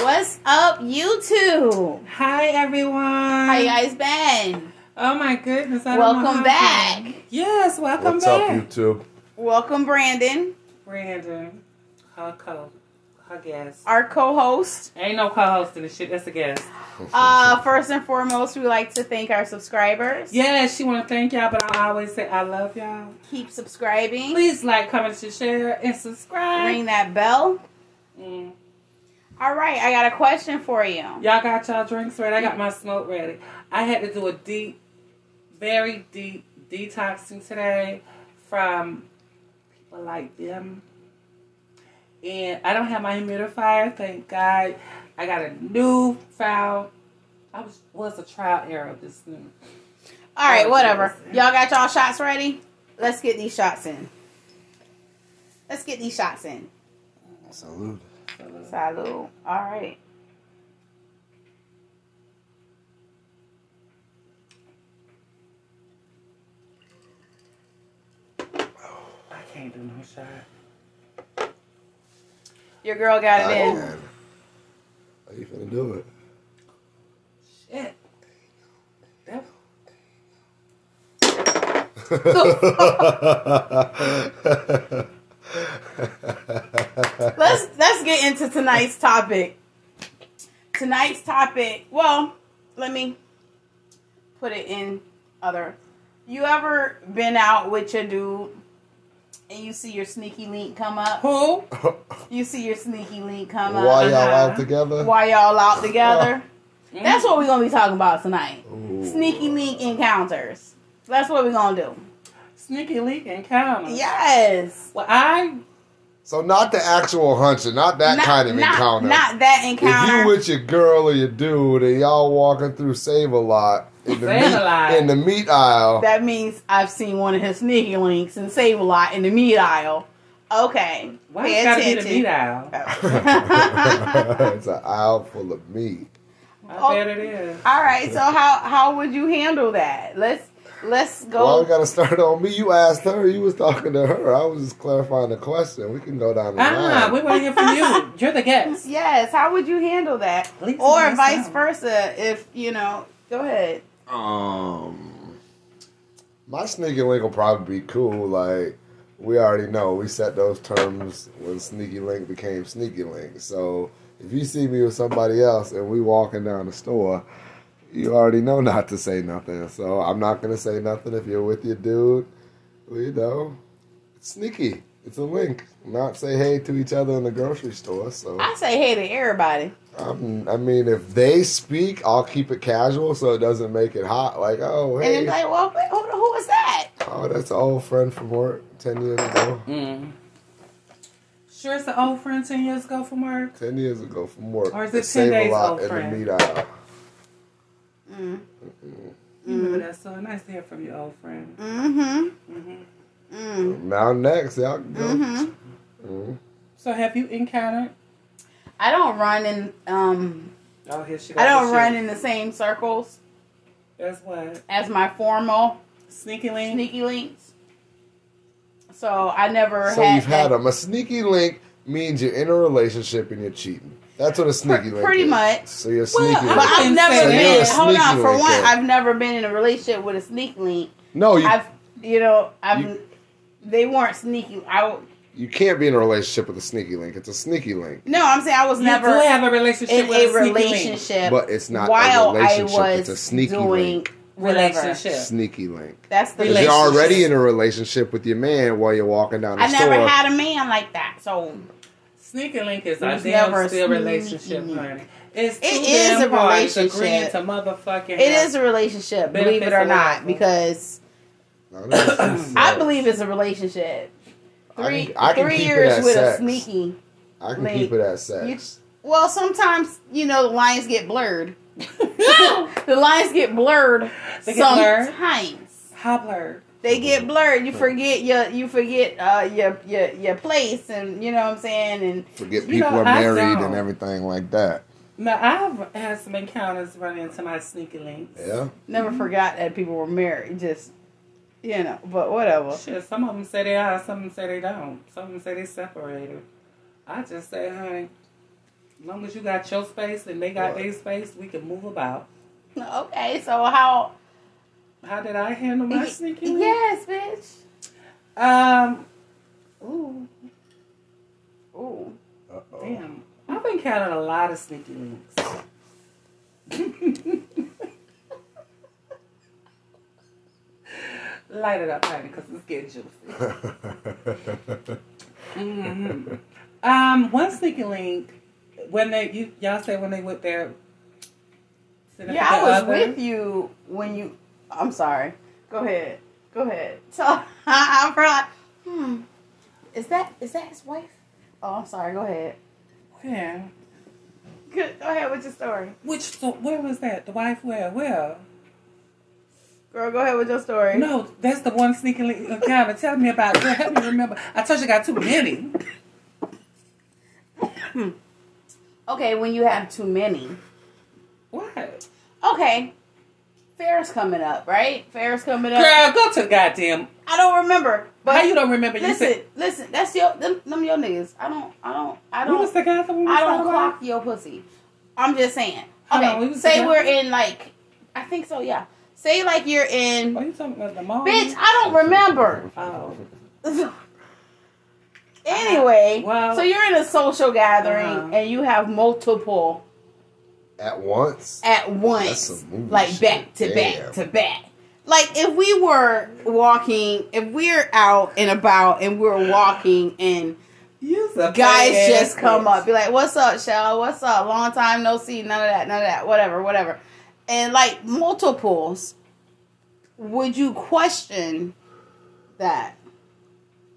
What's up, YouTube? Hi everyone. How you guys been? Oh my goodness. I don't know Welcome how back. to- Yes, welcome What's back. up, YouTube? Welcome, Brandon, Brandon, her co, her guest. our co-host. Ain't no co-host in the shit. That's a guest. Uh, first and foremost, we like to thank our subscribers. Yeah, she want to thank y'all, but I always say I love y'all. Keep subscribing. Please like, comment, and share, and subscribe. Ring that bell. Mm. All right, I got a question for you. Y'all got y'all drinks ready. I got my smoke ready. I had to do a deep, very deep detoxing today from people like them. And I don't have my humidifier, thank God. I got a new found. I was was a trial error of this new. All right, Oh, whatever. goodness. Y'all got y'all shots ready? Let's get these shots in. Let's get these shots in. Salute. Salud. All right. I can't do no shot. Your girl got it in. How you finna do it? Shit. That- let's let's get into tonight's topic. Tonight's topic. Well, let me put it in other. You ever been out with your dude and you see your sneaky link come up? Who? You see your sneaky link come up. Why y'all Uh-huh. out together? Why y'all out together? That's what we're gonna be talking about tonight. Ooh. Sneaky link encounters. That's what we're gonna do. Sneaky leak and counter. Yes. Well, I So not the actual hunching, not that Not- kind of not- encounter. Not that if encounter. you with your girl or your dude and y'all walking through Save a Lot in the meat, Save-A-Lot. in the meat aisle, That means I've seen one of his sneaky links and save a lot in the meat aisle. Okay. why it's gotta be the meat aisle? aisle. it's an aisle full of meat. I Oh. bet it is. All right. So how how would you handle that? Let's let's Why go. we gotta start on me? You asked her. You was talking to her. I was just clarifying the question. We can go down the Ah, line. we want to hear from you. You're the guest. yes. How would you handle that? Please Or answer. vice versa. If you know, go ahead. Um, my sneaky link will probably be cool. Like we already know, we set those terms when sneaky link became sneaky link. So if you see me with somebody else and we walking down the store, you already know not to say nothing. So I'm not gonna say nothing if you're with your dude. Well, you know, it's sneaky. It's a link. Not say hey to each other in the grocery store. So I say hey to everybody. um, I mean, if they speak, I'll keep it casual so it doesn't make it hot. Like, oh, And then hey, be like, well, wait, who, who was that? oh, that's an old friend from work ten years ago. Mm. Sure, it's an old friend 10 years ago from work. Ten years ago from work. Or is it They 10 save days a lot old in friend? the meat aisle. Mm. You know that, so nice to hear from your old friend. Mm-hmm. Mhm. Mm. Now next, y'all can go. Mm-hmm. Mhm. So, have you encountered? I don't run in. Um, Oh, here she I got don't the run shit. in the same circles That's what? as my formal Sneaky link? sneaky links. So I never So had. you've had that- them. A sneaky link means you're in a relationship and you're cheating. That's what a sneaky link pretty is. much. So you're Well, sneaky But I link. I've can never say been. that. Hold on, for Sneaky link, one, yeah. I've never been in a relationship with a sneaky link. No, you I've, you know, I've. You- they weren't sneaky. I w- you can't be in a relationship with a sneaky link. It's a sneaky link, no, I'm saying I was You never do have a relationship in with a sneaky link. relationship. but it's not while a relationship. I was it's a sneaky doing link. whatever. Relationship. Sneaky link. That's the. Because you're Relationship. already in a relationship with your man while you're walking down the I store. never had a man like that, so Sneaky link is It a was damn never still sneaky. relationship, honey. It's two It is damn a parties relationship. agreeing to motherfucking it is a relationship, believe it or Benefits not, alone. because No, that's- that's- I believe it's a relationship. I Three, can, I can three keep it years at with sex. a sneaky. I can link. keep it at sex. Well, sometimes you know the lines get blurred. relationship. the lines get blurred They get blurred? sometimes. Hobbler. They get blurred. You forget your you forget uh your your your place and you know what I'm saying and Forget You people know, are I married don't. and everything like that. Now, I've had some encounters running into my sneaky links. Yeah. never forgot that people were married. Just you know, but whatever. Shit, some of them say they are, some of them say they don't. Some of them say they separated. I just say, honey, As long as you got your space and they got Right. their space, we can move about. Okay, so how? How did I handle my sneaking? Yes, bitch. Um. Ooh, Ooh. Uh-oh. damn. I've been counting a lot of sneaky links. Light it up, honey, because it's getting juicy. Mhm. Um, one sneaky link when they you y'all say when they with their Yeah, I was other. with you when you. I'm sorry. Go ahead. Go ahead. So I'm like, hmm. Is that is that his wife? Oh, I'm sorry. Go ahead. Yeah. Good. Go ahead with your story, Which so where was that? The wife where? Where? girl. Go ahead with your story. No, that's the one sneaky link. Oh, God, but tell me about it. Help me remember. I told you I got too many. Hmm. Okay, when you have too many. What? Okay. Fair's coming up, right? Fair's coming up. Girl, go to goddamn. I don't remember. But How you don't remember? You listen, said listen. That's your them, them your niggas. I don't. I don't. I who was don't. the guy that we was I don't talking about? clock your pussy. I'm just saying. Hold on, we Okay, was say together? we're in like, I think so. Yeah. Say like you're in. Are you talking about the mom? Bitch, I don't remember. Oh, anyway, Uh, Well- so you're in a social gathering Uh-huh. and you have multiple At once? at That's once, some movie like shit. back to Damn. back to back. Like if we were walking, if we're out and about and we're walking and you's a guys bad just come bitch. up, be like, "What's up, Shell? What's up? Long time no see. None of that. None of that. Whatever. Whatever." And like multiples, would you question that?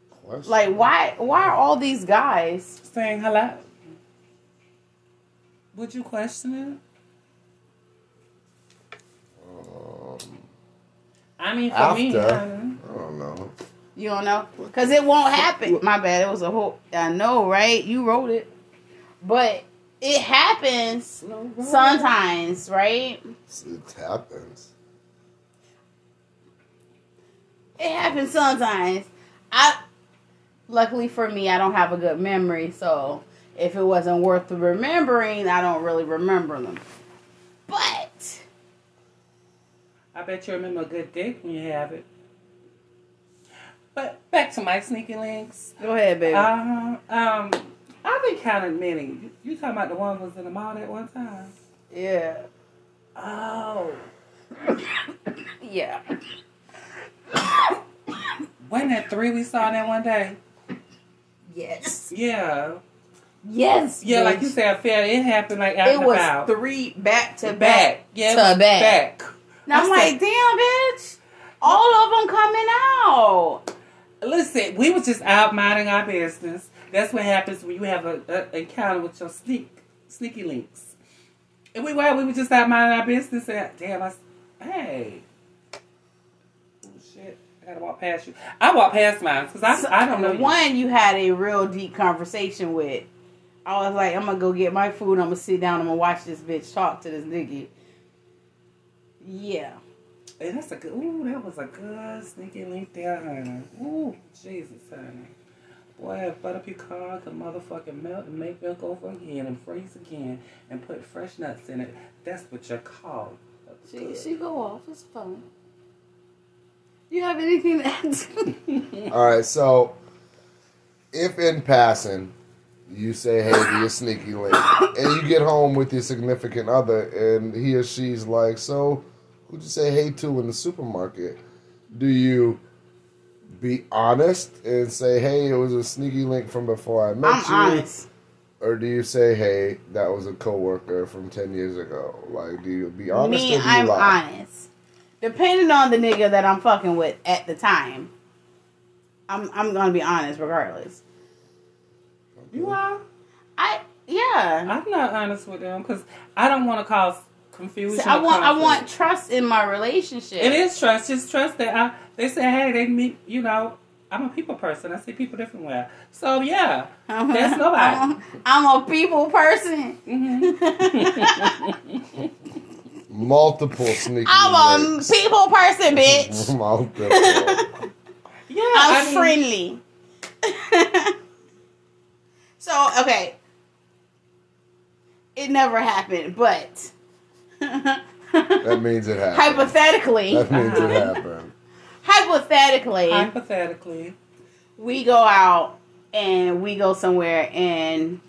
Question. Like, why? Why are all these guys? saying hello. Would you question Um, it? I mean, for me, after? honey. I don't know. You don't know, because it won't happen. My bad. It was a whole. I know, right? You wrote it, but it happens sometimes, right? It happens. It happens sometimes. I luckily for me, I don't have a good memory, so if it wasn't worth remembering, I don't really remember them. But I bet you remember a good dick when you have it. But back to my sneaky links. go ahead, baby. Uh, um, I've been counting many. You, you talking about the one who was in the mall that one time? yeah, Oh, yeah. when that three we saw that one day? Yes. Yeah, Yes. yeah. Like bitch. you said, I feel it happened like out it and was about. three back to back. Yeah, it to was back. back. And I'm I like, said- damn, bitch. All of them coming out. Listen, we was just out minding our business. That's what happens when you have a, a encounter with your sneak sneaky links. And we were we were just out minding our business and damn I s- hey. Oh shit. I gotta walk past you. I walk past mine because I, I don't know you. One you had a real deep conversation with. I was like, I'm gonna go get my food. I'm gonna sit down. I'm gonna watch this bitch talk to this nigga. Yeah. And that's a good. Ooh, that was a good sneaky link there, honey. Ooh, Jesus, honey. Boy, if butter pecan could motherfucking melt and make milk over again and freeze again and put fresh nuts in it, that's what you call. That was She good. she go off. It's fun. You have anything to add? All right, so if in passing you say hey to your sneaky link, and you get home with your significant other, and he or she's like, "So, who'd you say hey to in the supermarket?" Do you be honest and say, "Hey, it was a sneaky link from before I met I'm you," honest. or do you say, "Hey, that was a coworker from ten years ago"? Like, do you be honest Me, or do you I'm lie? honest. Depending on the nigga that I'm fucking with at the time, I'm I'm gonna be honest regardless. You are? I yeah. I'm not honest with them because I don't want to cause confusion. See, I or want I conflict. want trust in my relationship. It is trust. Just trust that I. They say, hey, they meet. You know, I'm a people person. I see people different way. So yeah, that's nobody. I'm, Uh-huh. I'm a people person. Mm-hmm. Multiple sneaky I'm a links. people person, bitch. Multiple. Yeah, Mm-hmm. I I'm mean- friendly. so okay, it never happened, but That means it happened. hypothetically, That means it happened. hypothetically, Hypothetically, we go out and we go somewhere and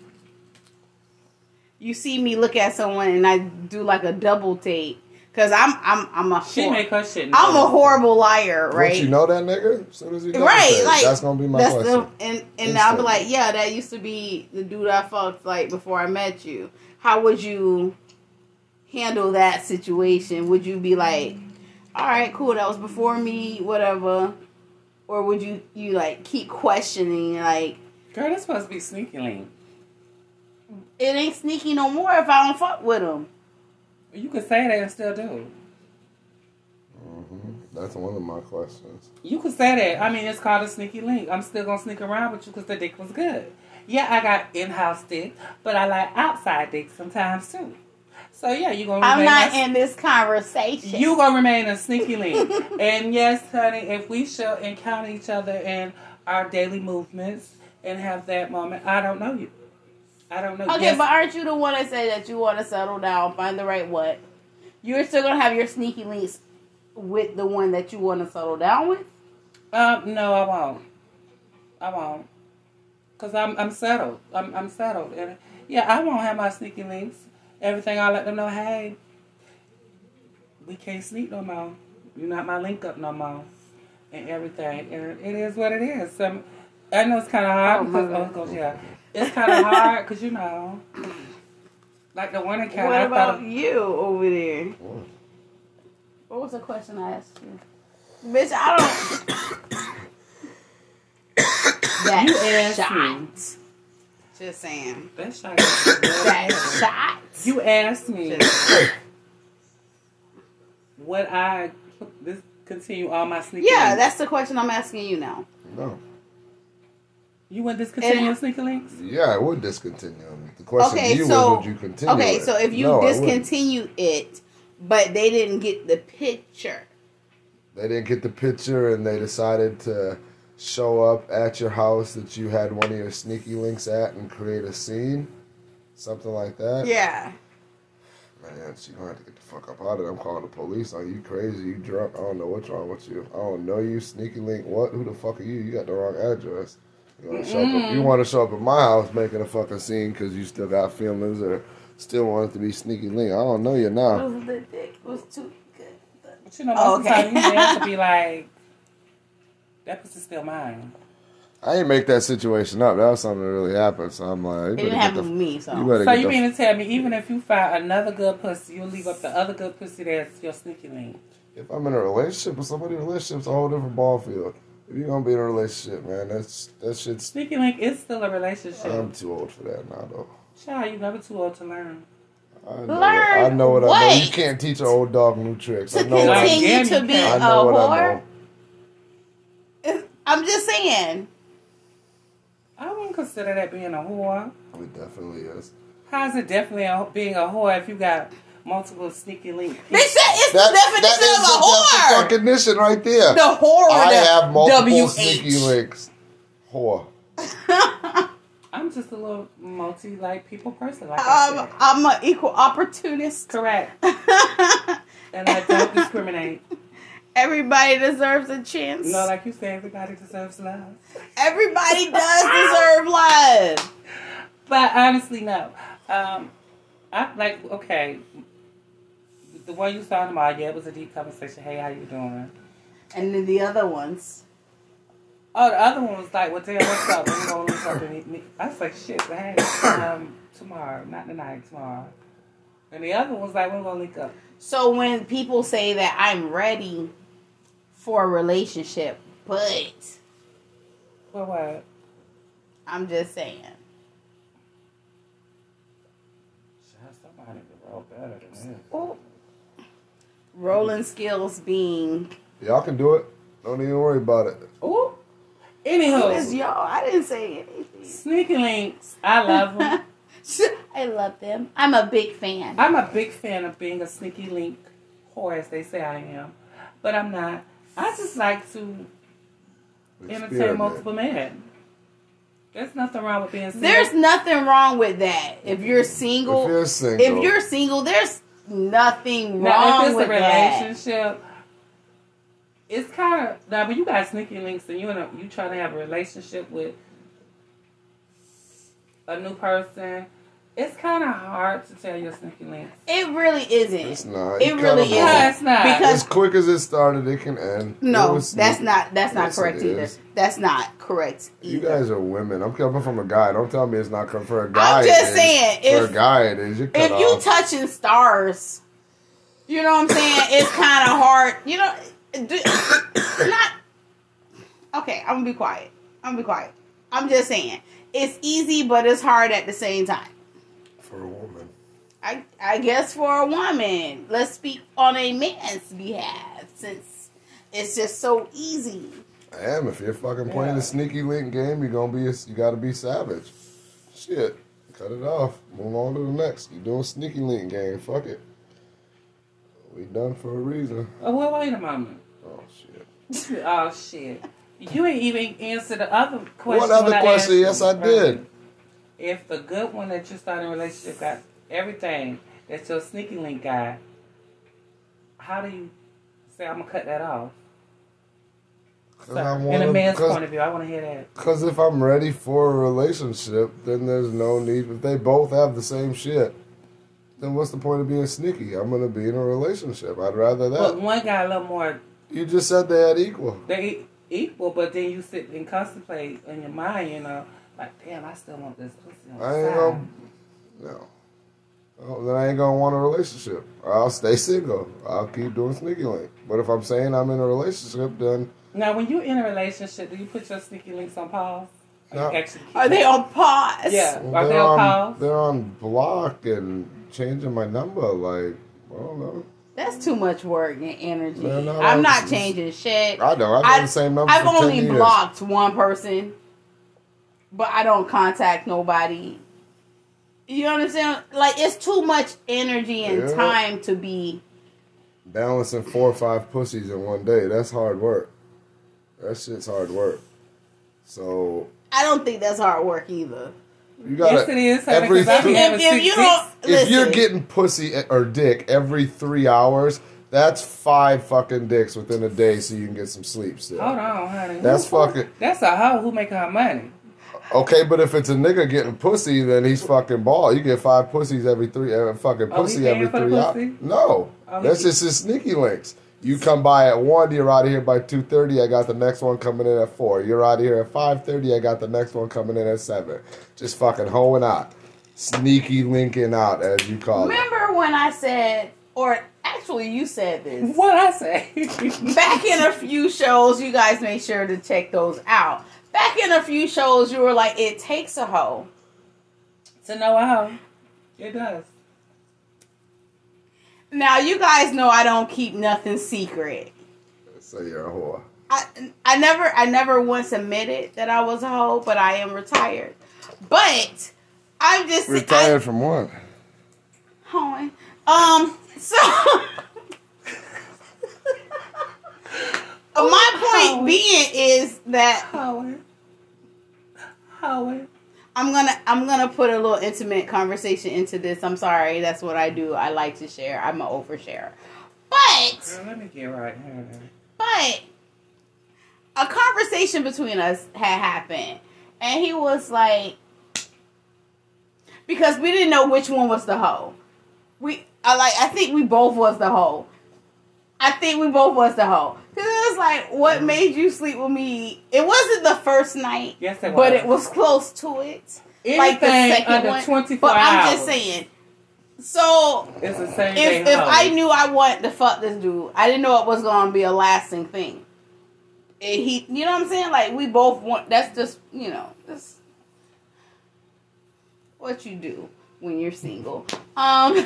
you see me look at someone and I do like a double take because I'm I'm I'm a she whore. make her shit. I'm a known. horrible liar, Right. right? Once you know that nigga, as soon as you know Right, that, like, that's gonna be my That's question. the and and I'll be Instant. like, yeah, that used to be the dude I fucked like before I met you. How would you handle that situation? Would you be like, all right, cool, that was before me, whatever, or would you you like keep questioning like Girl, that's supposed to be sneaky link. it ain't sneaky no more if I don't fuck with him. You could say that and still do. hmm That's one of my questions. You could say that. I mean, it's called a sneaky link. I'm still gonna sneak around with you because the dick was good. Yeah, I got in-house dick, but I like outside dick sometimes too. So yeah, you gonna. I'm remain not my- in this conversation. You gonna remain a sneaky link. and yes, honey, if we shall encounter each other in our daily movements and have that moment, I don't know you. I don't know. Okay, Yes, but aren't you the one that said that you want to settle down, find the right one? You're still gonna have your sneaky links with the one that you want to settle down with. Um, no, I won't. I won't. Cause I'm I'm settled. I'm I'm settled, and yeah, I won't have my sneaky links. Everything I let them know. Hey, we can't sneak no more. You're not my link up no more, and everything. And it is what it is. Some I know it's kind of hard Oh, my because oh, God. gosh, yeah, it's kind of hard because you know, like the one account. what I thought about you over there? What? What was the question I asked you, bitch? I don't. you that asked shot. me. Just saying. That shot. is That good. shot. You asked me. Just- Would I this continue all my sneaker? yeah, links? that's the question I'm asking you now. No. you would discontinue your And- sneaker links. Yeah, I would discontinue. him. The question Okay, to you so- was, would you continue? Okay, it? so if you No, I wouldn't. discontinue it, but they didn't get the picture. they didn't get the picture and they decided to show up at your house that you had one of your sneaky links at and create a scene, something like that. Yeah. Man, she gonna have to get the fuck up out of it. I'm calling the police. Are you crazy? You drunk? I don't know what's wrong with you. I don't know you. Sneaky link. What? Who the fuck are you? You got the wrong address. You want to show up? At, you want to show up at my house making a fucking scene because you still got feelings or still want to be sneaky link? I don't know you now. The dick was too good. But you know, most Okay. of the time you have to be like, that pussy's still mine. I ain't make that situation up. That was something that really happened. So I'm like, you It better didn't get the happen with me, so. You better So get you the. mean to tell me even if you find another good pussy, you'll leave up the other good pussy that's your sneaky link? if I'm in a relationship with somebody, relationship's a whole different ball field. If you're gonna be in a relationship, man, that's that shit's. Sneaky link is still a relationship. I'm too old for that now, though. Child, you never too old to learn. I know, Learn I know what, I know. You what? can't teach an old dog new tricks. to I know what I, continue continue to Again, be you a can't. I know what I whore? know. I'm just saying. I wouldn't consider that being a whore. It definitely is. How's it definitely a, being a whore if you got multiple sneaky link? Bitch, that is the definition that is of a whore. the definition right there. the horror. I the have multiple WH. sneaky links. Whore. I'm just a little multi like people person. Like I Um, said. I'm an equal opportunist. Correct. And I don't discriminate. Everybody deserves a chance. No, like you say, everybody deserves love. Everybody does deserve love. But honestly, no. Um, I like okay. The one you saw in the mall, yeah, it was a deep conversation. Hey, how you doing? And then the other ones. Oh, the other one was like, "Well, damn, what's up? When you gonna link up and meet me?" I was like, "Shit, but hey, um, tomorrow, not tonight, tomorrow." And the other one was like, "When we gonna link up?" So when people say that I'm ready for a relationship, but For what? I'm just saying. Child, Somebody could roll better than that. Rolling skills being Y'all can do it. Don't even worry about it. Ooh. Who is Anywho, Oh. y'all? I didn't say anything. sneaky links. I love them. I love them. I'm a big fan. I'm a big fan of being a sneaky link whore, as they say I am, but I'm not. I just like to entertain Experiment. multiple men. There's nothing wrong with being single. There's nothing wrong with that. If you're single, If you're single, if you're single, there's nothing now, wrong if it's with a that. relationship, it's kind of now when you got sneaky links and you in a, you trying to have a relationship with a new person, it's kind of hard to tell your sneaky links. It really isn't. It's not. It You really isn't. kinda wrong. No, it's not. Because- As quick as it started, it can end. It no, was- that's not. That's not Yes, it correct either. is. That's not correct either. You guys are women. I'm coming from a guy. Don't tell me it's not com- for a guy. just it is. saying, for if- a guy it is. You're cut if you off. touching stars, you know what I'm saying? It's kind of hard. You know, do, not. Okay, I'm gonna be quiet. I'm gonna be quiet. I'm just saying it's easy, but it's hard at the same time. for a woman, I I guess for a woman, let's speak on a man's behalf since it's just so easy. and if you're fucking playing Yeah. the sneaky link game, you're gonna be. A, you gotta be savage. Shit, cut it off. Move on to the next. You doing sneaky link game? Fuck it. We done for a reason. Oh well, wait a moment. Oh shit. oh shit! You ain't even answer the other question. What other when I question? asked Yes, you, I right? did. If the good one that you started a relationship got everything that your sneaky link got, how do you say I'm gonna cut that off? Cause So, I in a wanna- man's cause- point of view, I want to hear that. Because if I'm ready for a relationship, then there's no need. If they both have the same shit, then what's the point of being sneaky? I'm going to be in a relationship. I'd rather that. But one got a little more. you just said they had equal. They e- equal, but then you sit and contemplate in your mind, you know, like damn, I still want this pussy. On the I ain't side. going to. No. Oh, then I ain't going to want a relationship. I'll stay single. I'll keep doing sneaky link. But if I'm saying I'm in a relationship, then Now, when you in a relationship, do you put your sneaky links on pause? Or you No. actually keep Are they on pause? Yeah. well, Are they they're, on on, pause? they're on block and changing my number. Like, I don't know. That's too much work and energy. No, no, I'm that's- not changing shit. I know. I've I- been the same number I've for 10 only years. blocked one person, but I don't contact nobody. You know what I'm saying? Like it's too much energy and Yeah. time to be. balancing four or five pussies in one day. That's hard work. That shit's hard work. So I don't think that's hard work either. you gotta yes, it is. Honey, every because I be three- having If- if six you dicks. don't- if you're listen. getting pussy or dick every three hours, that's five fucking dicks within a day, so you can get some sleep. Still. Hold on, honey. That's fucking That's a hoe who make her money. okay, but if it's a nigga getting pussy, then he's fucking ball. You get five pussies every three, every fucking Oh, he pussy paying every for the three hours. pussy? No, Oh, that's he- just his sneaky links. You come by at one, you're out of here by two thirty. I got the next one coming in at four. You're out of here at five thirty. I got the next one coming in at seven. Just fucking hoeing out, sneaky linking out as you call it. Remember when I said, or actually you said this What I say? back in a few shows. You guys make sure to check those out. Back in a few shows, you were like, "It takes a hoe." to know a hoe, it does. Now you guys know I don't keep nothing secret. So you're a whore. I I never I never once admitted that I was a hoe, but I am retired. But I'm just Retired from what? I, um. So my point being is that Hoeing, hoeing. I'm gonna I'm gonna put a little intimate conversation into this. I'm sorry, that's what I do. I like to share. I'm an oversharer, but. Girl, let me get right here. But a conversation between us had happened, and he was like, because we didn't know which one was the hoe. We, I like, I think we both was the hoe. I think we both was the hoe. Cause it was like, what Mm-hmm. made you sleep with me? It wasn't the first night, Yes, it but was. it was close to it. Anything like the second under one. 24 But hours. I'm just saying. So It's the same thing. if if I knew I wanted to fuck this dude, I didn't know it was gonna be a lasting thing. And he, you know what I'm saying? Like we both want. That's just you know that's what you do when you're single. Um,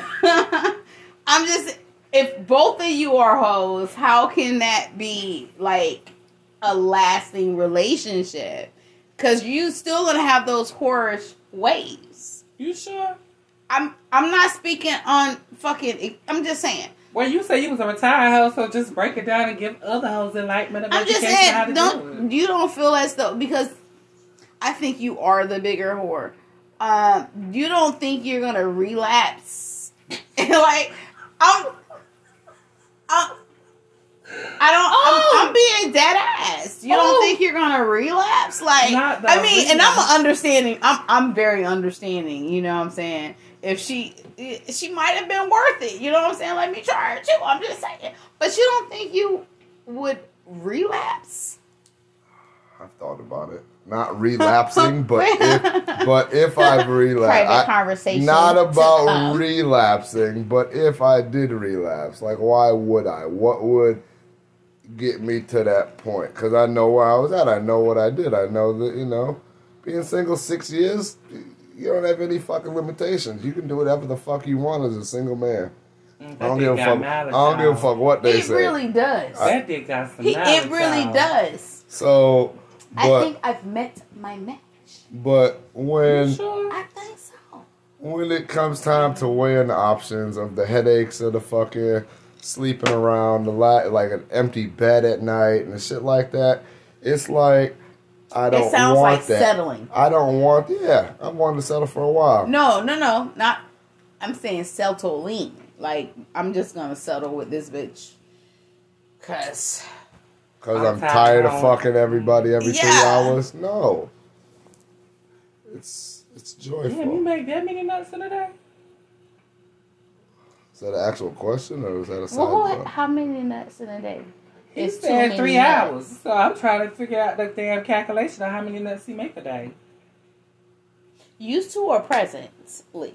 I'm just if both of you are hoes, how can that be like a lasting relationship? Cause you still gonna have those whorish ways. you sure? I'm I'm not speaking on fucking. I'm just saying. Well, you say you was a retired hoe, so just break it down and give other hoes enlightenment of I'm just education how saying. to do Don't it. you don't feel as though because I think you are the bigger whore. Um, you don't think you're gonna relapse? like, I'm, I'm, I don't. I'm, I'm being dead ass. You Oh. don't think you're gonna relapse? Like, Not the I mean, and I'm original. a understanding. I'm I'm very understanding. You know what I'm saying? If she she might have been worth it. You know what I'm saying? Let me try her too. I'm just saying. But you don't think you would relapse? I've thought about it. Not relapsing, but if, but if I've Private relapsed, I- conversation. not to um, about come. relapsing, but if I did relapse, like why would I? What would get me to that point? Because I know where I was at. I know what I did. I know that you know, being single six years, you don't have any fucking limitations. You can do whatever the fuck you want as a single man. Mm, I don't give a fuck. I don't give a fuck what they It say. really does. That dick got some he, knowledge, it really y'all. does. so, but I think I've met my match. but when. You sure? I think so. when it comes time to weigh in the options of the headaches of the fucking sleeping around the lot like an empty bed at night and shit like that it's like i don't sounds want like that settling. i don't want yeah i wanted to settle for a while No, no, no, not. I'm saying settle lean. Like I'm just gonna settle with this bitch. Cause because I'm i'm, tired tired of- of fucking everybody every Yeah. three hours no it's it's Damn, joyful you make that many nuts in a day? is that an actual question or is that a side well, note? how many nuts in a day? He It's too said many three nuts. hours. So I'm trying to figure out the damn calculation of how many nuts he make a day. Used to or presently?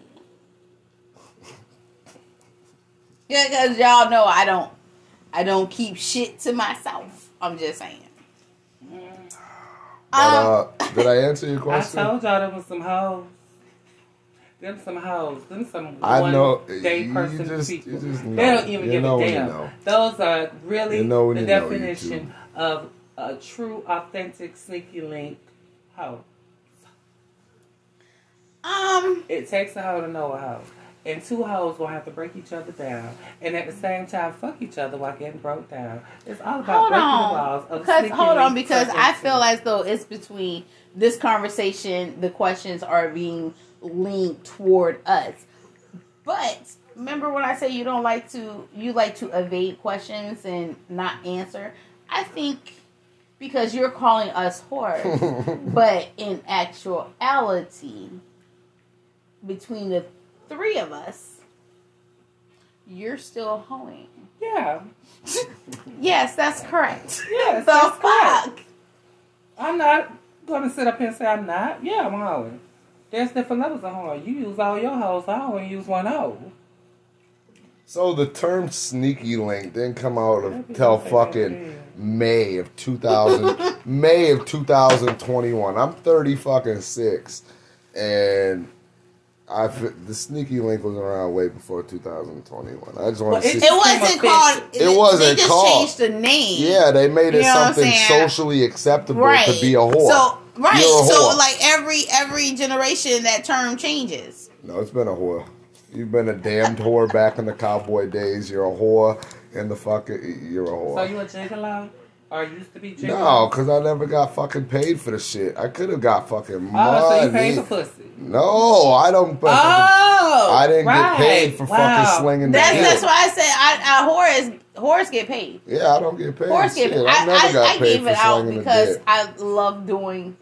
Yeah, cause y'all know I don't. I don't keep shit to myself. I'm just saying. Um, but, uh, did i answer your I question told y'all there was some hoes. Them some hoes. Them some I one know- day you person just- people. you just they know. don't even You give know a when you damn. know. Those are really You know when the you know, you definition of a true, authentic, sneaky link hoe. um, It takes a hoe to know a hoe. And two hoes will have to break each other down. And at the same time, fuck each other while getting broke down. It's all about hold breaking the on, laws of because sneaky hold on, link because I pregnancy. feel as though it's between this conversation. The questions are being leaned toward us, but remember when I say you don't like to, you like to evade questions and not answer. I think because you're calling us whores, but in actuality, between the three of us, you're still hoeing. Yeah. Yes, that's correct. Yes, the that's fuck? correct. I'm not gonna sit up here and say I'm not. Yeah, I'm hoeing. There's different levels of hoeing. You use all your hoes. I only use one hoe. So the term sneaky link didn't come out of till fucking May of 2000 May of 2021. I'm 30 fucking 6 and I f- the sneaky link was around way before 2021. I just want Well, to it- see It wasn't called. It They wasn't just called. changed the name. Yeah, they made You it know what I'm something saying? socially acceptable right. to be a whore. So right. You're a So whore. like every every generation, that term changes. No, it's been a whore. You've been a damned whore back in the cowboy days. You're a whore in the fucking you're a whore. So you a gigolo or used to be gigolo? No, because I never got fucking paid for the shit. I could have got fucking money. Oh, so you paid for pussy. no, I don't. Oh, I didn't right. get paid for Wow. fucking slinging That's the dick. that's why I said I, I whores whores get paid. Yeah, I don't get paid. Whores get. shit. Paid. I never I, I, got I paid gave for it out slinging the because dick. I love doing.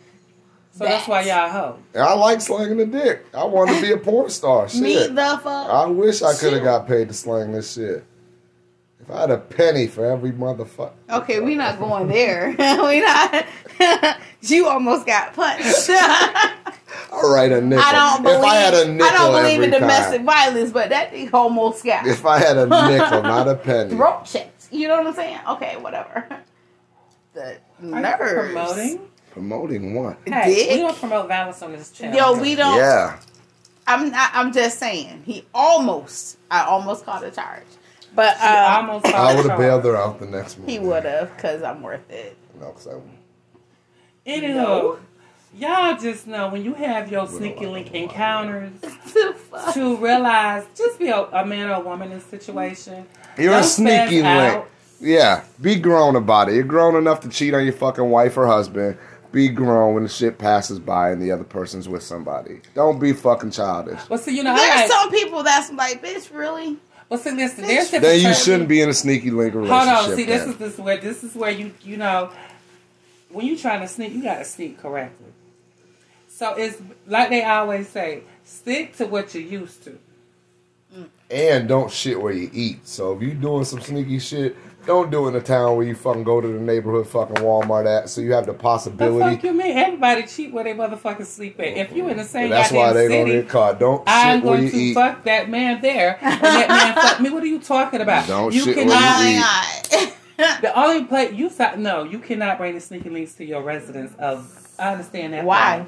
So that's why y'all hoe. And I like slinging the dick. I want to be a porn star. Shit. Me the fuck. I wish I could Shit. have got paid to sling this shit. If I had a penny for every motherfucker. Okay, we're not going there. we not. you almost got punched. All right, a nickel. I don't believe. if I had a nickel I don't believe in every domestic time. violence, but that nigga almost got If I had a nickel, not a penny. throat checked. You know what I'm saying? Okay, whatever. The Are you nerves. promoting? Promoting what? Hey, Dick. we don't promote violence on this channel. Yo, we don't. Yeah. I'm not. I'm just saying. He almost. I almost caught a charge, but You um, almost caught I would have charge. bailed her out the next morning. he would have because I'm worth it. No, because I. Anywho, No. y'all just know when you have your sneaky like link it. encounters The fuck? to realize just be a, a man or a woman in this situation. You're Don't a sneaky spaz link. out. Yeah, be grown about it. You're grown enough to cheat on your fucking wife or husband. Be grown when the shit passes by and the other person's with somebody. Don't be fucking childish. Well, see, you know, I There's like, some people that's like, bitch, really? well, see, listen, there's different Then you terms. shouldn't be in a sneaky link relationship. Hold on, see, this then. is this where this is where you you know when you trying to sneak, you gotta sneak correctly. So it's like they always say, stick to what you're used to. and don't shit where you eat. So if you doing some sneaky shit, don't do it in a town where you fucking go to the neighborhood fucking Walmart at, so you have the The fuck possibility. you mean? Everybody cheat where they motherfucking sleep at. If you in the same And Mm-hmm. that's why goddamn they don't city, get caught. Don't I'm shit where going you to eat. fuck that man there and that man fuck me. What are you talking about? Don't you shit where cannot. you eat. Why not? The only place you thought no, you cannot bring the sneaky links to your residence. Of I understand that. Why? part.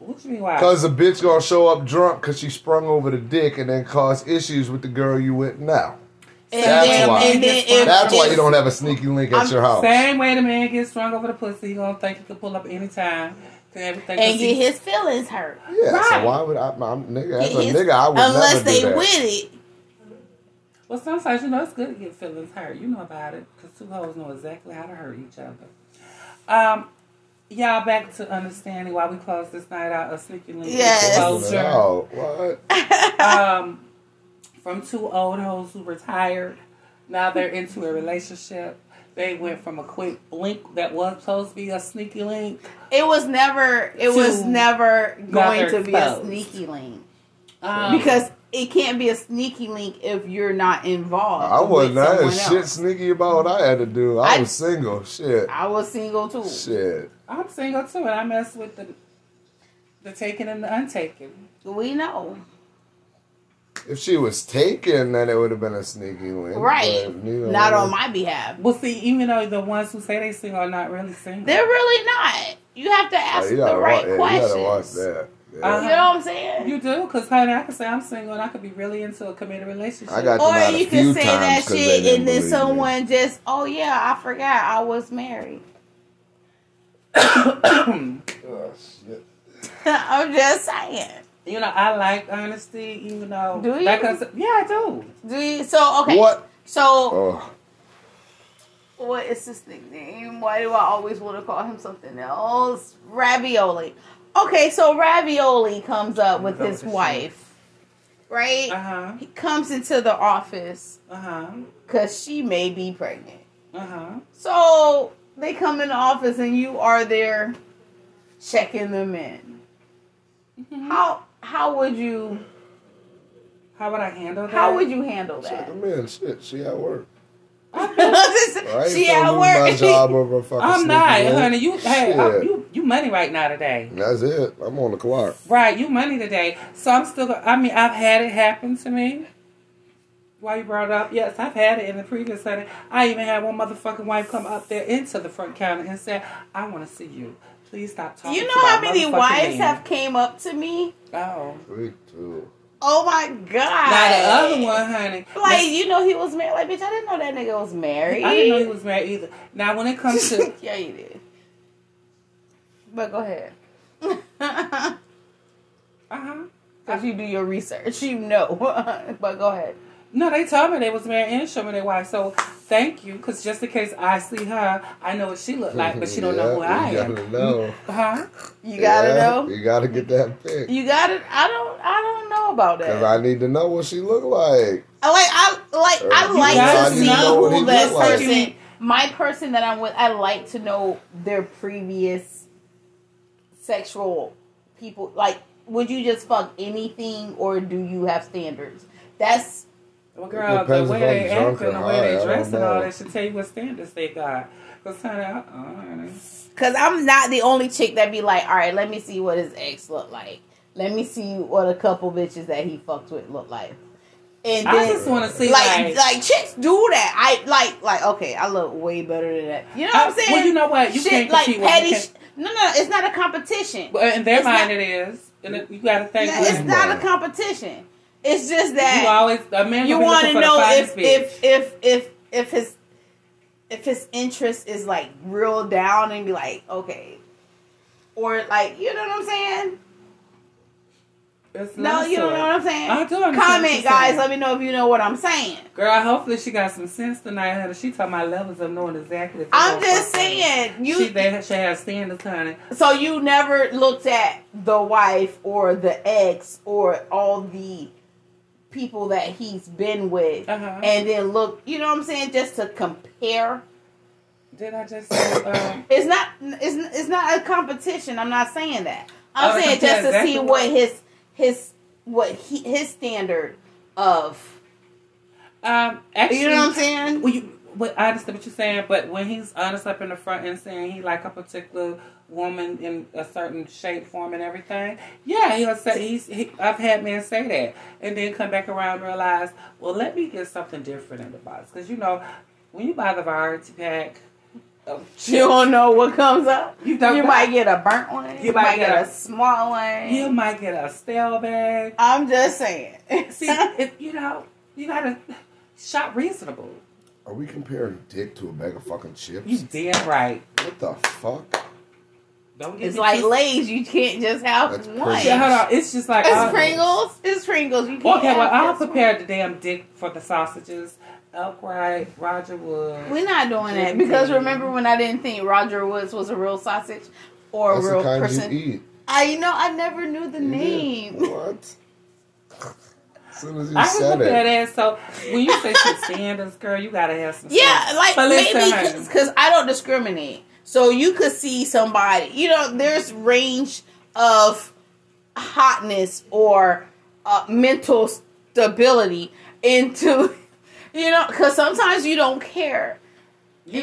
What you mean why? Cause the bitch gonna show up drunk cause she sprung over the dick and then cause issues with the girl you with now. And That's then, why. and then if That's why it's- you don't have a sneaky link at I'm your house. Same way the man gets strung over the pussy, he gonna think he could pull up anytime to everything. And 'cause he- get his feelings hurt. yeah, so Right. why would I? I'm, nigga, as Get a his- nigga, I would unless never do they that. with it. well, sometimes you know it's good to get feelings hurt. You know about it because two hoes know exactly how to hurt each other. Um, y'all back to understanding why we closed this night out of sneaky link Yes. Pulling it exposure. out. What? Um, from two old hoes who retired, now they're into a relationship. They went from a quick blink that was supposed to be a sneaky link. It was never. It To was never going to be a exposed. sneaky link Um, because it can't be a sneaky link if you're not involved. I with wasn't. I had someone shit else. sneaky about what I had to do. I, I- was single. Shit. I was single too. Shit. I'm single too, and I mess with the the taken and the untaken. We know. If she was taken, then it would have been a sneaky link. Right. but neither Not one- on my behalf. Well, see, even though the ones who say they single are not really single, They're really not. You have to Oh, ask you the gotta right watch, yeah, you questions. gotta watch that. Yeah. Uh, You know what I'm saying? you do, because honey, I can say I'm single and I could be really into a committed relationship. I got- or Not a you few can say that times 'cause they shit didn't and then believe me. someone just, oh yeah, I forgot I was married. Oh, shit. I'm just saying. you know, I like honesty. You know, Do you? Like I said- yeah, I do. Do you, so okay. What? So Oh, what is this nickname? Why do I always want to call him something else? Ravioli. Okay, so Ravioli comes up with Go his with the wife, right? Uh huh. He comes into the office Uh huh. because she may be pregnant. Uh huh. So they come in the office and you are there checking them in. How how would you How would I handle that? how would you handle shit, that? the man, shit, she at work. I ain't she finna at lose My work. job over a fucking I'm sneaky not, link. honey. You hey, Shit. I- you you money right now today. That's it. I'm on the clock. Right, you money today. So I'm still. I mean, I've had it happen to me. Why you brought it up? Yes, I've had it in the previous setting. I even had one motherfucking wife come up there into the front counter and said, "I want to see you. Please stop talking." You to know how my many motherfucking wives man." have came up to me? Oh, Three, two. Oh my god. now the other one, honey. Like, you know he was married. Like, bitch, I didn't know that nigga was married. I didn't know he was married either. Now when it comes to yeah, you did. But go ahead. uh huh. Cause you do your research, you know. but go ahead. No, they told me they was married and showed me their wife. So thank you, because just in case I see her, I know what she looked like, but she don't know who Mm-hmm, I Yeah, you am. Gotta know. Huh? You gotta Yeah, know. You gotta get that pic. You got it. I don't. I don't know about that. Cause I need to know what she look like. I like. I like. I You like gotta to know what see he who that look like. person. My person that I'm with. I like to know their previous sexual people. Like, would you just fuck anything, or do you have standards? That's Well, girl, the depends way if I'm they drunk acting, or the way high, I they dress, and don't all know. that should tell you what standards they got. Cause honey, I, uh, because I'm not the only chick that be like, all right, let me see what his ex look like. Let me see what a couple bitches that he fucked with look like. And I then, just want to see like, like, like chicks do that. I like like okay, I look way better than that. You know what I'm I- saying? well, you know what? You Shit, can't like compete with petty. you Sh- no, no, it's not a competition. Well, in their It's not- mind, it is, and it, you got to think. Yeah, it's women. not a competition. It's just you that always a man. you want to know if bitch. if if if if his if his interest is like real down and be like okay, or like you know what I'm saying? That's No, another you don't story. know what I'm saying. I do understand what Comment, you're guys. saying. Let me know if you know what I'm saying. Girl, hopefully she got some sense tonight, honey. She talking about levels of knowing exactly. what I'm the just fuck is. saying you. she, they, she has standards, honey. So you never looked at the wife or the ex or all the people that he's been with Uh-huh. and then look, you know what I'm saying, just to compare. Did I just say, um, It's not it's, it's not a competition. I'm not saying that. I'm Oh, to saying compare just to exactly see what- what his his what he, his standard of um, actually, you know what I'm saying? Well, you, well, I understand what you're saying, but when he's honest up in the front and saying he like a particular woman in a certain shape, form, and everything, yeah, he'll say he's. He, I've had men say that, and then come back around and realize, well, let me get something different in the box because you know when you buy the variety pack. uh, of You don't know what comes up. You don't you know. might get a burnt one. You, might, get, a, small one. You might get a stale bag. I'm just saying. See, if you know, you gotta shop reasonable. Are we comparing dick to a bag of fucking chips? You damn right. What the fuck? Don't get It's me like twisted. Lay's. You can't just have That's one. pretty- Yeah, hold on. It's just like It's all- Pringles. It's Pringles. You can't Okay, well, have I'll just prepare the damn dick for the sausages. Elk Wright, Roger Wood. one. We're not doing that because remember when I didn't think Roger Woods was a real sausage or a That's real the kind person? you eat. I you know I never knew the You name. did. What? As soon as you I said remember that it. ass. So when you say some standards, girl, you gotta have some. Yeah, like But listen, maybe honey. because I don't discriminate. So you could see somebody, you know, there's range of hotness or uh, mental stability into, you know, because sometimes you don't care. you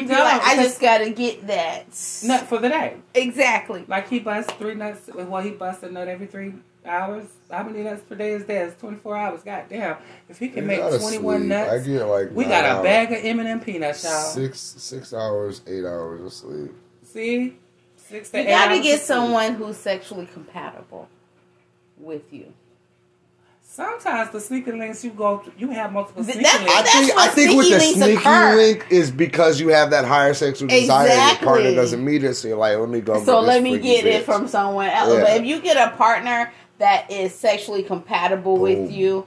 You'd don't. be like, I because- just gotta get that. nut for the day. Exactly. Like he busts three nuts. Well, he busts a nut every three hours. How many nuts per day is that? It's twenty four hours. God damn! If he can You make gotta twenty one sleep. I nuts, get like we nine got a hours. bag of M and M peanuts, y'all. Six six hours, eight hours of sleep. See, six to You eight hours gotta of get sleep. someone who's sexually compatible with you. Sometimes the sneaker links you go, you have multiple Th- sneaker that's- links. that's I think why I think with the sneaky links sneaky occur. link is because you have that higher sexual desire and Exactly. your partner doesn't meet it, so you're like, let me go. so get this let me freaky get it bitch. from someone else. Yeah. But if you get a partner that is sexually compatible with Boom. you,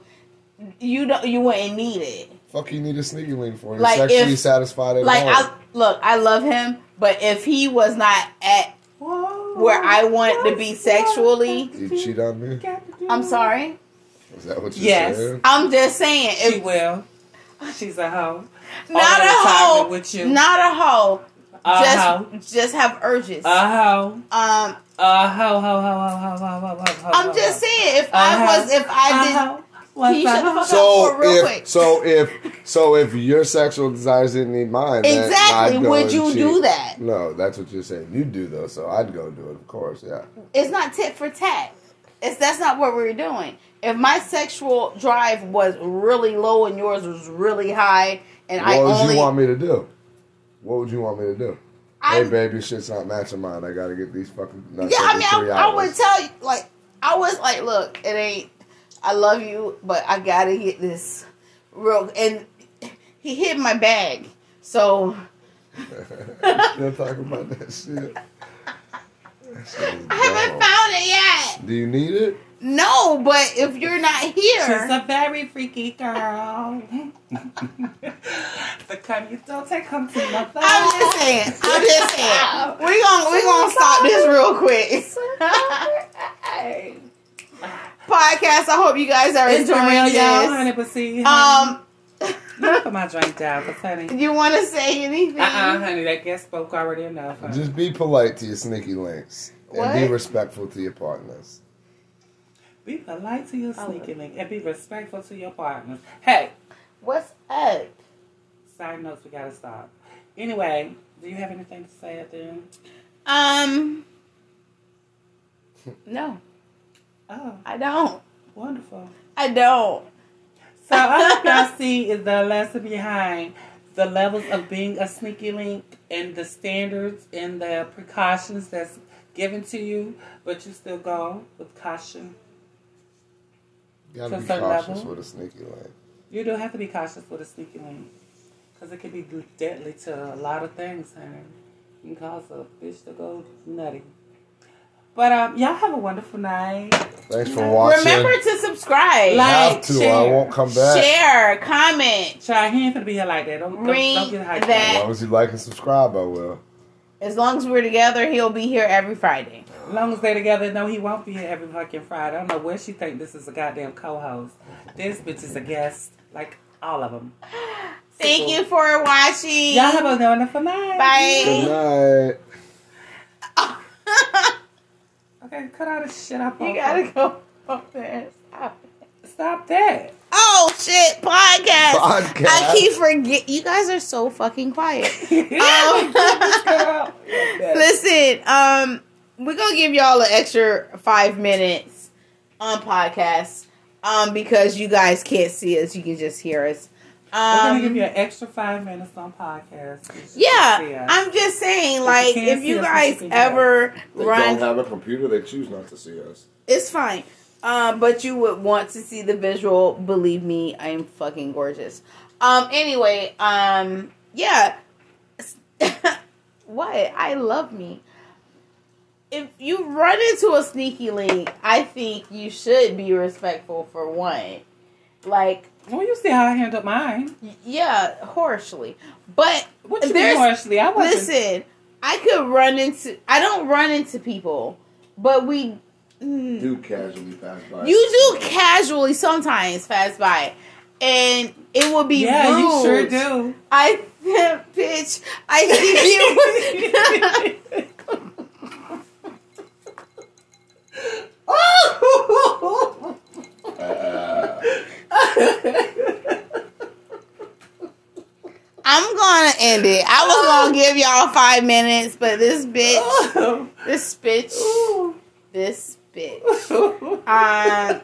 you don't you wouldn't need it. Fuck, you need a sneaky link for you. Like, sexually if- satisfied at Like I home. look, I love him, but if he was not at Whoa. where I want to be That's sexually, you cheat on what me? I got to do. I'm sorry. Is that what you Yes. said? I'm just saying, She if, will. She's a hoe. not All a the time hoe, With you. not a hoe. a just hoe. just have urges. A hoe. um, A hoe. Ho ho ho ho ho ho ho. ho I'm ho, just ho. saying, if Uh-huh. I was, if I did, A not hoe. What's Can you shut the fuck up? up? So for real if quick. so if so if your sexual desires didn't need mine, then exactly, I'd go would and you cheat. do that? No, that's what you're saying. You do though, so I'd go do it. Of course, yeah. it's not tit for tat. It's that's not what we're doing. If my sexual drive was really low and yours was really high, and I what would only you want me to do? What would you want me to do? I'm- hey, baby, shit's not matching mine. I gotta get these fucking. Nuts yeah, I mean, every three I, I would hours. tell you like I was like, look, it ain't. I love you, but I gotta get this real. And he hid my bag, so They're talking about that shit. That shit is I haven't dumb. found it yet. Do you need it? No, but if you're not here, She's a very freaky girl. the cum you don't take home to my I'm just saying. I'm just saying. We gonna we gonna stop this real quick. Podcast. I hope you guys are It's for real, enjoying y'all, honey. this. But see, honey, Um, um, put my drink down, but honey, you want to say anything? Uh uh honey, that guest spoke already enough. honey. Just be polite to your sneaky links What? and be respectful to your partners. be polite to your I love sneaky link and be respectful to your partners. Hey, What's up? side notes, we gotta stop. Anyway, do you have anything to say at the end? Um, no, Oh, I don't. wonderful. I don't. So all I y'all see is the lesson behind the levels of being a sneaky link and the standards and the precautions that's given to you, but you still go with caution. You gotta To a be certain cautious level. with a sneaky link. You do have to be cautious with a sneaky link. Because it can be deadly to a lot of things, honey. It can cause a bitch to go nutty. But um, y'all have a wonderful night. Thanks for watching. Remember to subscribe, I Like- have to. share, I won't come back. share, comment. Child, he ain't finna be here like that. Don't, don't, don't get hyped. Ring that- As long as you like and subscribe, I will. As long as we're together, he'll be here every Friday. As long as they together, no, he won't be here every fucking Friday. I don't know where she think this is a goddamn co-host. This bitch is a guest, like all of them. Thank you for watching. Y'all have a wonderful night. Bye. Good night. Okay, cut all this shit up. you gotta go up there. Stop. stop that. Oh shit! Podcast. Podcast. I keep forget. You guys are so fucking quiet. Oh. Yeah, just cut out. Listen, um, we're gonna give y'all an extra five minutes on podcast, um, because you guys can't see us, you can just hear us. We're gonna give Um, you an extra five minutes on podcast. You should see yeah, us. I'm just saying, like, can't if see you us, you guys can hear ever They run, don't have a computer. They choose not to see us. it's fine. Um, but you would want to see the visual. Believe me, I am fucking gorgeous. Um, anyway, um, yeah. what? I love me. If you run into a sneaky link, I think you should be respectful for one. Like, Well, you see how I handled mine. y- yeah, hoarsely. But What you There's- mean, harshly? I wasn't. listen, I could run into, I don't run into people, but we. mm, Do casually pass by. You do casually sometimes pass by, and it would be yeah, rude. you sure do. I, bitch, I think you. Uh, I'm gonna end it. I was gonna give y'all five minutes, but this bitch, this bitch, this bitch. Um,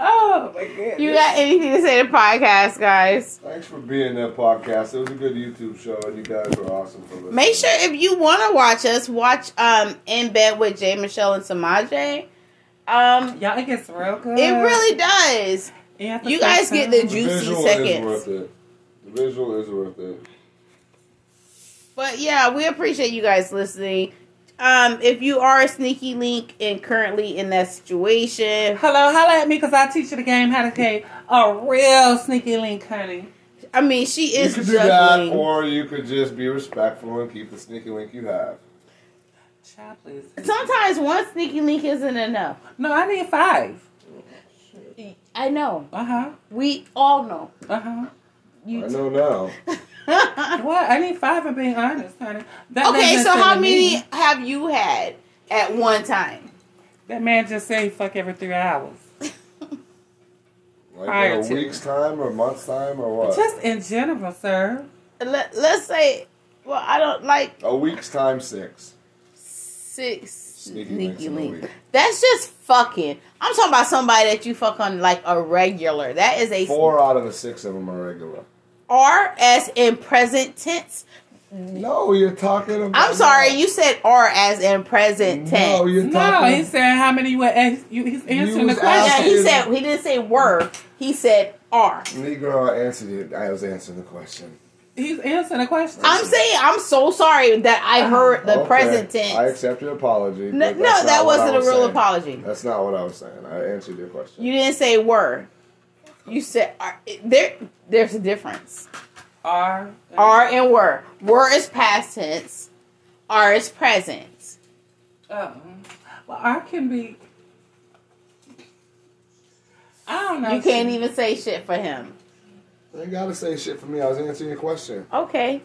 oh my goodness. you got anything to say to podcast guys? thanks for being there, podcast. It was a good YouTube show, and you guys were awesome for listening. Make sure if you want to watch us, watch um in bed with Jay Michelle and Samaje. Um, Y'all, it gets real good. it really does. have to you stay guys get the tuned. ju- juicy visual seconds. Is worth it. The visual is worth it. But yeah, we appreciate you guys listening. Um, if you are a sneaky link and currently in that situation, Hello, holla at me because I teach you the game how to play a real sneaky link, honey. I mean, she You is could do that, juggling. or you could just be respectful and keep the sneaky link you have. Child, please. Sometimes one sneaky link isn't enough. No, I need five. I know. Uh huh. We all know. Uh huh. I You. know now. What? I need five. I'm being honest, honey. That okay, so man just how said to many me- have you had at one time? That man just said he fuck every three hours. Like Prior in a to. week's time, or a month's time, or what? Just in general, sir. Let, let's say, well, I don't like a week's time, six. six Sneaky sneaky, links in the link. week. That's just fucking. I'm talking about somebody that you fuck on like a regular. That is a Four out of the six of them are regular. R as in present tense. No, you're talking about. I'm sorry, you said R as in present tense. No, you're No, talking. he said how many you were ask, you, he's answering the was yeah, question. he said he didn't say were. He said R. Negro I answered it. I was answering the question. He's answering the question. I'm saying I'm so sorry that I heard the Okay, present I tense. accept your apology. No, but no, that's that not what I wasn't a was real saying. apology. That's not what I was saying. I answered your question. You didn't say were. You said R. There, there's a difference. R. Are and were. Were is past tense. Are is present. Oh. Well, R can be. I don't know. You can't even say shit for him. They gotta say shit for me. I was answering your question. Okay.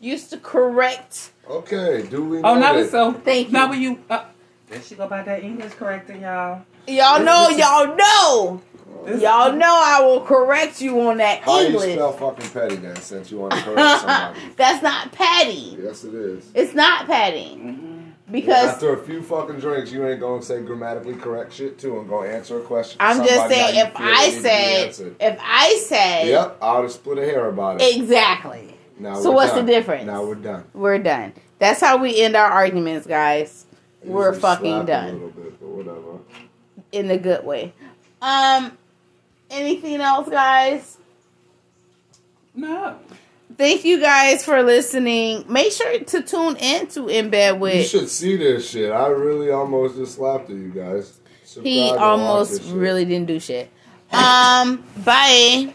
Used to correct. Okay, do we? Oh, now know we so. Thank you. Now we you. Uh, there she go by that English correcting y'all. Y'all know, y'all know. This- Y'all know I will correct you on that How you English. spell fucking petty then? Since you want to correct somebody. That's not patty. yes, it is. It's not patty. Because Mm-hmm. After a few fucking drinks, you ain't gonna say grammatically correct shit too, and go answer a question. for I'm just somebody saying how you if feel I it needs to be said answered. if I said Yep, I would have split a hair about it. exactly. Now So we're what's the done. difference? Now we're done. We're done. That's how we end our arguments, guys. It We're usually fucking slap A done. little bit, but whatever. in a good way. Um, anything else, guys? No. Thank you guys for listening. Make sure to tune in to In Bed You With. should see this shit. I really almost just slapped at you guys. He Surprised I lost almost this shit. really didn't do shit. Um, bye.